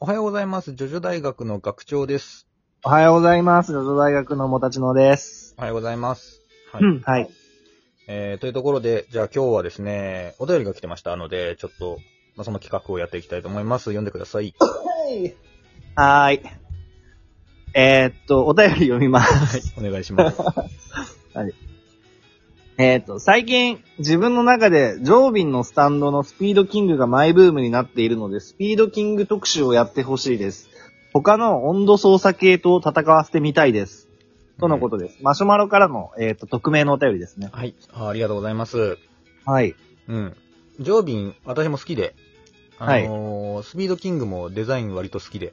おはようございます。ジョジョ大学の学長です。おはようございます。ジョジョ大学のもたちのです。おはようございます。はい。うんはい。えー、というところで、じゃあ今日はですね、お便りが来てましたので、ちょっと、まあ、その企画をやっていきたいと思います。読んでくださ い。はーい。えーっと、お便り読みます。はい。お願いし ます。えーっと、最近、自分の中で、ジョービンのスタンドのスピードキングがマイブームになっているので、スピードキング特集をやってほしいです。他の温度操作系と戦わせてみたいです。とのことです。マシュマロからの、えーっと、匿名のお便りですね。はいあ。ありがとうございます。はい。うん。ジョービン、私も好きで、あのースピードキングもデザイン割と好きで、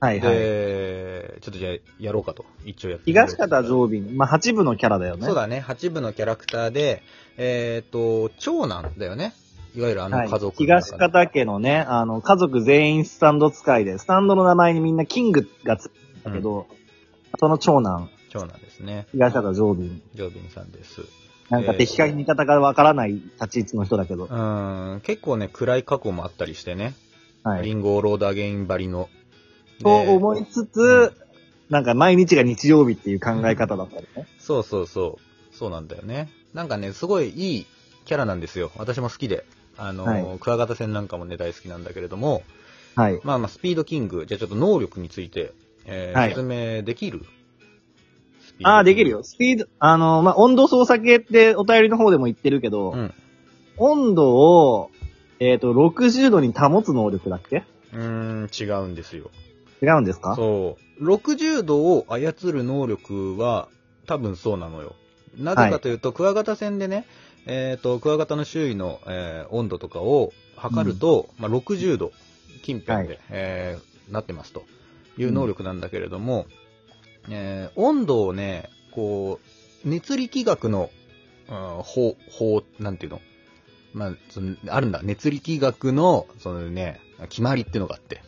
はいはい。で、ちょっとじゃあやろうかと。一応やってみよう東方ジョービン、まあ、8部のキャラだよね。そう。だね、8部のキャラクターで、えっ、と、長男だよね。いわゆるあのはい家族の中の、東方家のね、あの、家族全員スタンド使いで、スタンドの名前にみんなキングがつくんだけど、その長男、長男ですね。東方常備。ジョービンさんです。うなんか敵か味方かわからない立ち位置の人だけど。ーん、結構ね、暗い過去もあったりしてね。はリい。ンゴローダーゲインばりの。とで思いつつ、なんか毎日が日曜日っていう考え方だったりね。そうそうそう。そうなんだよね。なんかね、すごいいいキャラなんですよ。私も好きで。あの、はクワガタ戦なんかもね、大好きなんだけれども、はい。まあまあ、スピードキング、じゃあちょっと能力について、えーはい説明できるスピードキングああ、できるよ。。スピード、あの、まあ、温度操作系ってお便りの方でも言ってるけど、うん。温度を、えっ、と、60度に保つ能力だっけうーん、違うんですよ。違うんですかそう。60度を操る能力は、多分そうなのよ。なぜかというと、クワガタ戦でね、えっ、と、クワガタの周囲の、えー温度とかを測ると、まあ、60度近辺で、はえーなってますという能力なんだけれども、えー温度をね、こう、熱力学の、うん法、法、なんていうのまあ、その、あるんだ。熱力学の、そのね、決まりっていうのがあって。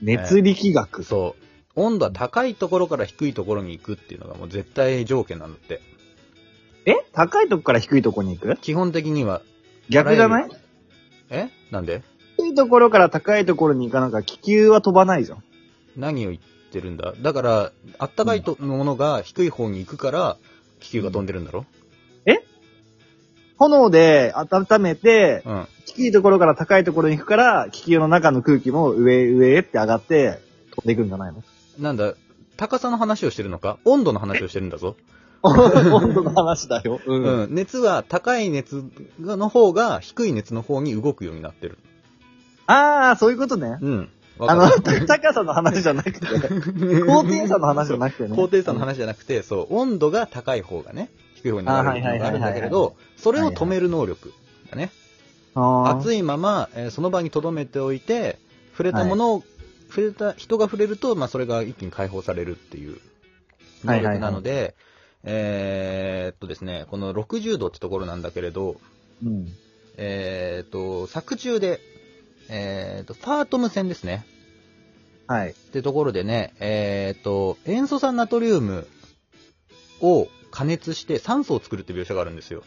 熱力学。そう。温度は高いところから低いところに行くっていうのがもう絶対条件なんだって。え高いとこから低いとこに行く基本的には、逆じゃないえなんで低いところから高いところに行かなきゃ気球は飛ばないじゃん。何を言ってるんだだから、あったかいとものが低い方に行くから、気球が飛んでるんだろ炎で温めて、うん。低いところから高いところに行くから、気球の中の空気も上へ上へって上がって飛んでいくんじゃないのなんだ、高さの話をしてるのか温度の話をしてるんだぞ。温度の話だよ。うん。うん。熱は高い熱の方が低い熱の方に動くようになってる。ああ、そういうことね。うん。わあかのる、高さの話じゃなくて、高低差の話じゃなくてね。高低差の話じゃなくて、そう、温度が高い方がね、低い方に流れるっていうのがあるんだけれあど、それを止める能力だね。あー熱いまま、えーその場に留めておいて、触れたものを、触れた、人が触れると、まあ、それが一気に解放されるっていう能力なので、えーっとですね、この60度ってところなんだけれど、うん。えーっと、作中で、えーっと、ファートム戦ですね。はい。ってところでね、えーっと、塩素酸ナトリウムを加熱して酸素を作るっていう描写があるんですよ。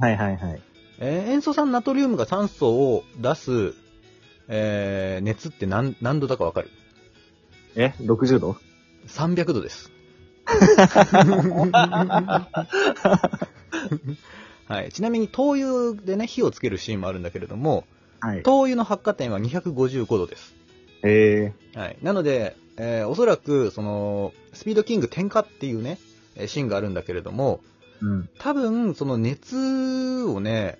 はいはいはい。えー塩素酸ナトリウムが酸素を出す、えー熱って何何度だかわかるえ ?60 度 ?300 度です。 はい、ちなみに灯油でね、火をつけるシーンもあるんだけれども、はい。灯油の発火点は255度です。えはい。なので、えーおそらく、その、スピードキング点火っていうね、えーシーンがあるんだけれども、ー。うん。多分、その熱をね、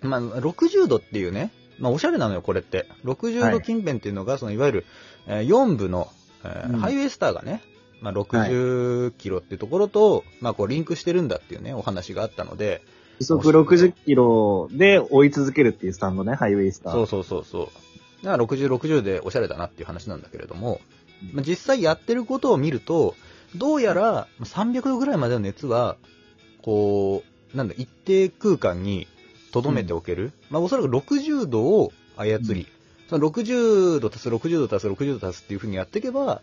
まあ、60度っていうね、まあ、おしゃれなのよ、これって。60は度い近辺っていうのが、その、いわゆる、え4部の、えーうんハイウェイスターがね、まあ、60キロっていうところと、まあ、こう、リンクしてるんだっていうね、お話があったので、時速60キロで追い続けるっていうスタンドね、ハイウェイスター。そうそうそうそう。だから60、60でおしゃれだなっていう話なんだけれども、まあ、実際やってることを見ると、どうやら300度ぐらいまでの熱は、こう、なんだ、一定空間に留めておける。まあ、おそらく60度を操り、うんその60度足す60度足す60度足すっていう風にやっていけば、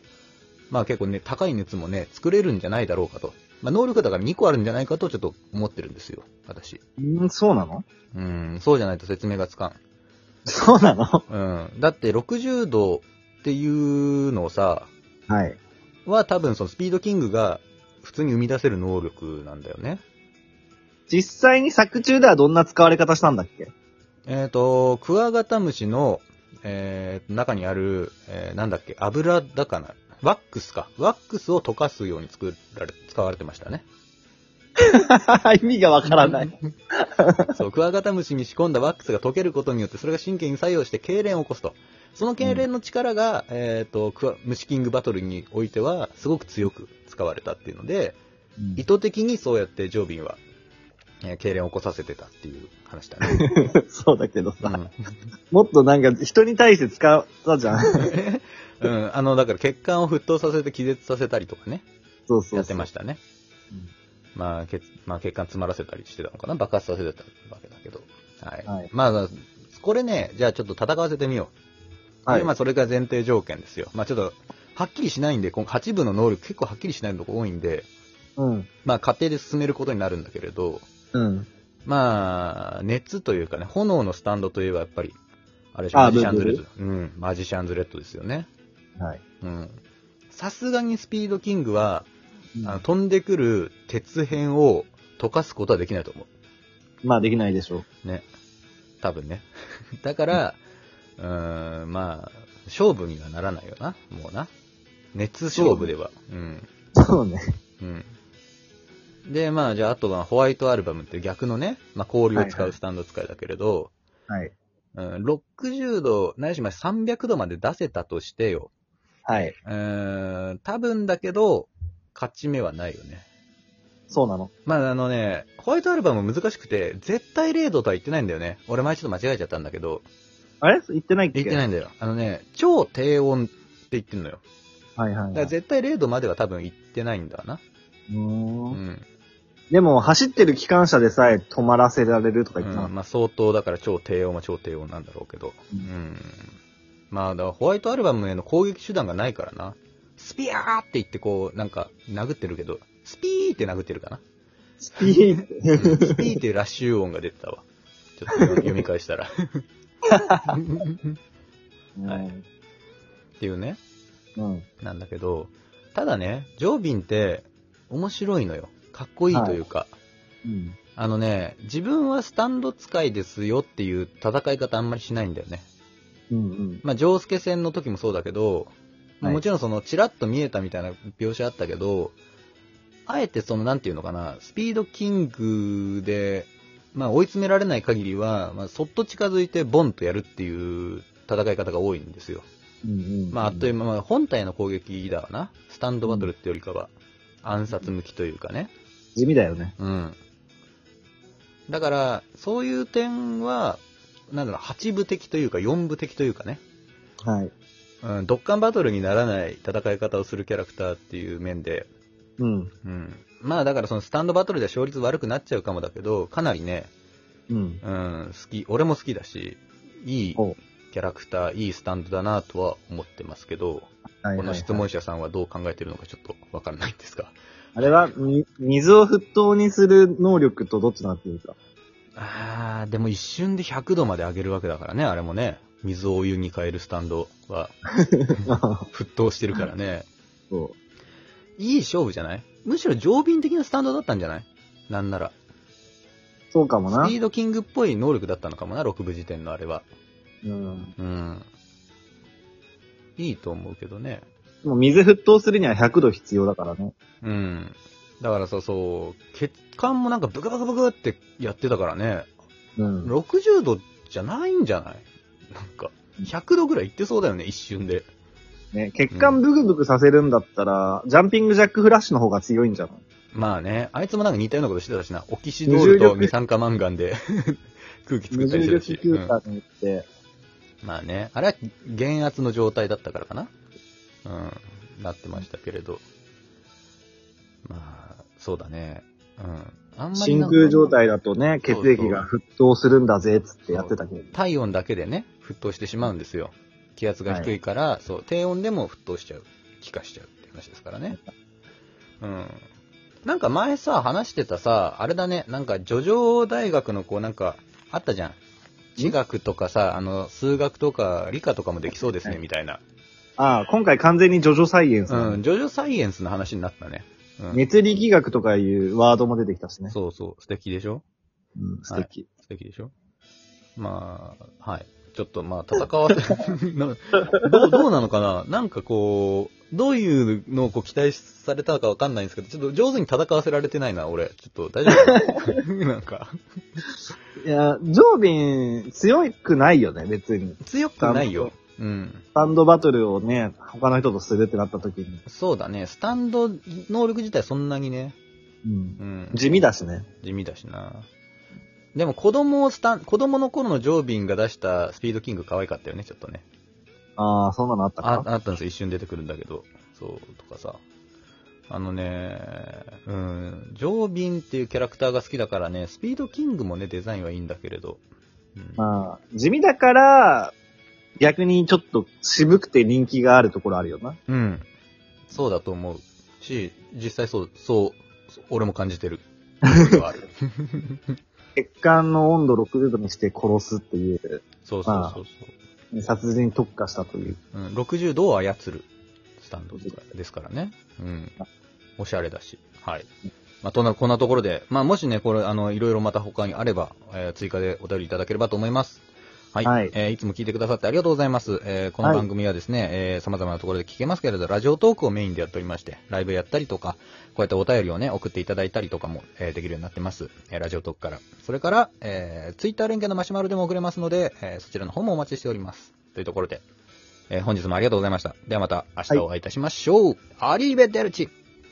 まあ結構ね、高い熱もね、作れるんじゃないだろうかと。まあ、能力だから2個あるんじゃないかとちょっと思ってるんですよ、私。うん、そうなのうん、そうじゃないと説明がつかん。 そうなのうん。だって60度っていうのをさ、はい。は多分そのスピードキングが普通に生み出せる能力なんだよね。実際に作中ではどんな使われ方したんだっけえっ、と、クワガタムシの、えー中にある、えーなんだっけ、油だかな。ワックスか。ワックスを溶かすように作られ、使われてましたね。 意味がわからない。 そう、クワガタムシに仕込んだワックスが溶けることによって、それが神経に作用して痙攣を起こすと。その痙攣の力が、えっ、と、クワ、虫キングバトルにおいては、すごく強く使われたっていうので、意図的にそうやってジョービンは、えー、痙攣を起こさせてたっていう話だね。 そうだけどうさ、んもっとなんか人に対して使ったじゃ ん。 うん、あの、だから血管を沸騰させて気絶させたりとかね、そうそうそう。やってましたね。まあ、血、まあ、血管詰まらせたりしてたのかな爆発させてたわけだけど。はい。はいまあ、これね、じゃあちょっと戦わせてみよう。はいでまあ、それが前提条件ですよ。まあ、ちょっと、はっきりしないんで、この8部の能力結構はっきりしないとこ多いんで、うん。まあ、過程で進めることになるんだけれど、うん。まあ、熱というかね、炎のスタンドといえばやっぱり、あれでしょ、あマジシャンズレブッルブド。うん、マジシャンズレッドですよね。はい。うん。さすがにスピードキングは、あのあ飛んでくる鉄片を溶かすことはできないと思まあできないでしょう。ね。多分ね。 だから、うーん、まあ、勝負にはならないよな、もうな。熱勝負では。うん。う。そうね。うん。で、まあ、じゃあ、あとはホワイトアルバムって逆のね、まあ、氷を使うスタンド使いだけれど、はい。うん、60度、ないしまあ300度まで出せたとしてよ。はい。うーん、多分だけど、勝ち目はないよね。そうなの。まあ、あのね、ホワイトアルバム難しくて、絶対0度とは言ってないんだよね。俺前ちょっと間違えちゃったんだけど、あれ言ってないっ言けってい。ないんだよ。あのね、超低温って言ってんのよ。はいはい、だはかい。ら絶対0度までは多分言ってないんだな。ううーんん。でも、走ってる機関車でさえ止まらせられるとかう言ってたのん、まあ相当だから超低温は超低温なんだろうけど。ううんん。まあ、だからホワイトアルバムへの攻撃手段がないからな。スピアーって言ってこう、なんか、殴ってるけど、スピーって殴ってるかな。スピーうんド。スピーっていうラッシュ音が出てたわ。ちょっと読み返したら。っうんていうね、うん。なんだけど、ただね、ジョービンって面白いのよ。かっこいいというか。うん。あのね、自分はスタンド使いですよっていう戦い方あんまりしないんだよね。うん。うん。まあ、ジョースケ戦の時もそうだけど、はいもちろんその、チラッと見えたみたいな描写あったけど、あえてその、なんていうのかな、スピードキングで、まあ、追い詰められない限りは、まあ、そっと近づいて、ボンとやるっていう戦い方が多いんですよ。うん。うんまあ、あっという間、まあ、本体の攻撃だわな。スタンドバトルってよりかは、暗殺向きというかね。地味だよね。うん。だから、そういう点は、なんだろう、8部的というか、4部的というかね。はい。うん、ドッカンバトルにならない戦い方をするキャラクターっていう面で、うん。うん。まあだからそのスタンドバトルでは勝率悪くなっちゃうかもだけど、かなりね、うん。うん、好き、俺も好きだし、いいおキャラクター、いいスタンドだなとは思ってますけど、はいはいこはいの質問者さんはどう考えてるのかちょっとわかんないんですが。あれは、み水を沸騰にする能力とどっちなっていうか。 あー、でも一瞬で100度まで上げるわけだからね、あれもね。水をお湯に変えるスタンドは沸騰してるからね。そいい勝負じゃないむしろ常便的なスタンドだったんじゃないなんなら。う。そうかもなスピ。ードキングっぽい能力だったのかもな、6部時点のあれは。うん。うん。いいと思うけどね。でも水沸騰するには100度必要だからね。うん。だからさ、そう、血管もなんかブクブクブクってやってたからね、うん。 60度じゃないんじゃないなんか、100度ぐらいいってそうだよね、一瞬で。ね、血管ブクブクさせるんだったら、ジャンピングジャックフラッシュの方が強いんじゃないまあね、あいつもなんか似たようなことしてたしな、オキシドールと二酸化マンガン で空気作無ったりして重力るしヒ。うューんターに行って、まあね、あれは減圧の状態だったからかな。うん、なってましたけれど。まあ、そうだね。うん。あんまり真なんか空状態だとね、そ血うそう液が沸騰するんだぜ、つってやってたけど。体温だけでね、沸騰してしまうんですよ。気圧が低いから、そう、低温でも沸騰しちゃう。気化しちゃうって話ですからね。うん。なんか前さ、話してたさ、あれだね、なんか、叙情大学のこうなんか、あったじゃん。地学とかさ、あの、数学とか、理科とかもできそうですね、みたいな。ああ、今回完全にジョジョサイエンス。うん、ジョジョサイエンスの話になったね。うん熱力学とかいうワードも出てきたしね。そうそう、素敵でしょうん、素敵。素敵でしょまあ、はい。ちょっとまあ、戦わ せ、などう、どうなのかななんかこう、どういうのをこう期待されたかわかんないんですけど、ちょっと上手に戦わせられてないな、俺。ちょっと大丈夫 かななんか、い、や、ジョービン強くないよね、別に。強くないよ。うん。バンドバトルをね、他の人とするってなった時に。そうだね。スタンド能力自体そんなにね。うんう。ん。地味だしね。地味だしな。でも子供をスタン、子供の頃のジョービンが出したスピードキング可愛かったよね、ちょっとね。ああ、そんなのあったあかあったんですよ、一瞬出てくるんだけど。そう、とかさ。あのね、うん、ジョービンっていうキャラクターが好きだからね、スピードキングもね、デザインはいいんだけれど。うん、まあ、地味だから、逆にちょっと渋くて人気があるところあるよな。うん。そうだと思うし、実際そう、そう、そう俺も感じて る。ある血管の温度60度にして殺すっていう、そうそうそうそう。殺人に特化したという。うん、60度を操るスタンドですからね。うん。おしゃれだし。はい。まあ、とな、こんなところで、まあ、もしね、これ、あの、いろいろまた他にあれば、えー追加でお便りいただければと思います。はい。はいえーいつも聞いてくださってありがとうございます。えーこのはい番組はですね、えー様々なところで聞けますけれど、ラジオトークをメインでやっておりまして、ライブやったりとか、こうやってお便りをね、送っていただいたりとかも、えーできるようになってます。えーラジオトークから。それから、えー、ツイッター連携のマシュマロでも送れますので、えーそちらの方もお待ちしております。というところで、えー本日もありがとうございました。ではまた明日お会いいたしましょう。アリーベデルチ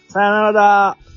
さよならだー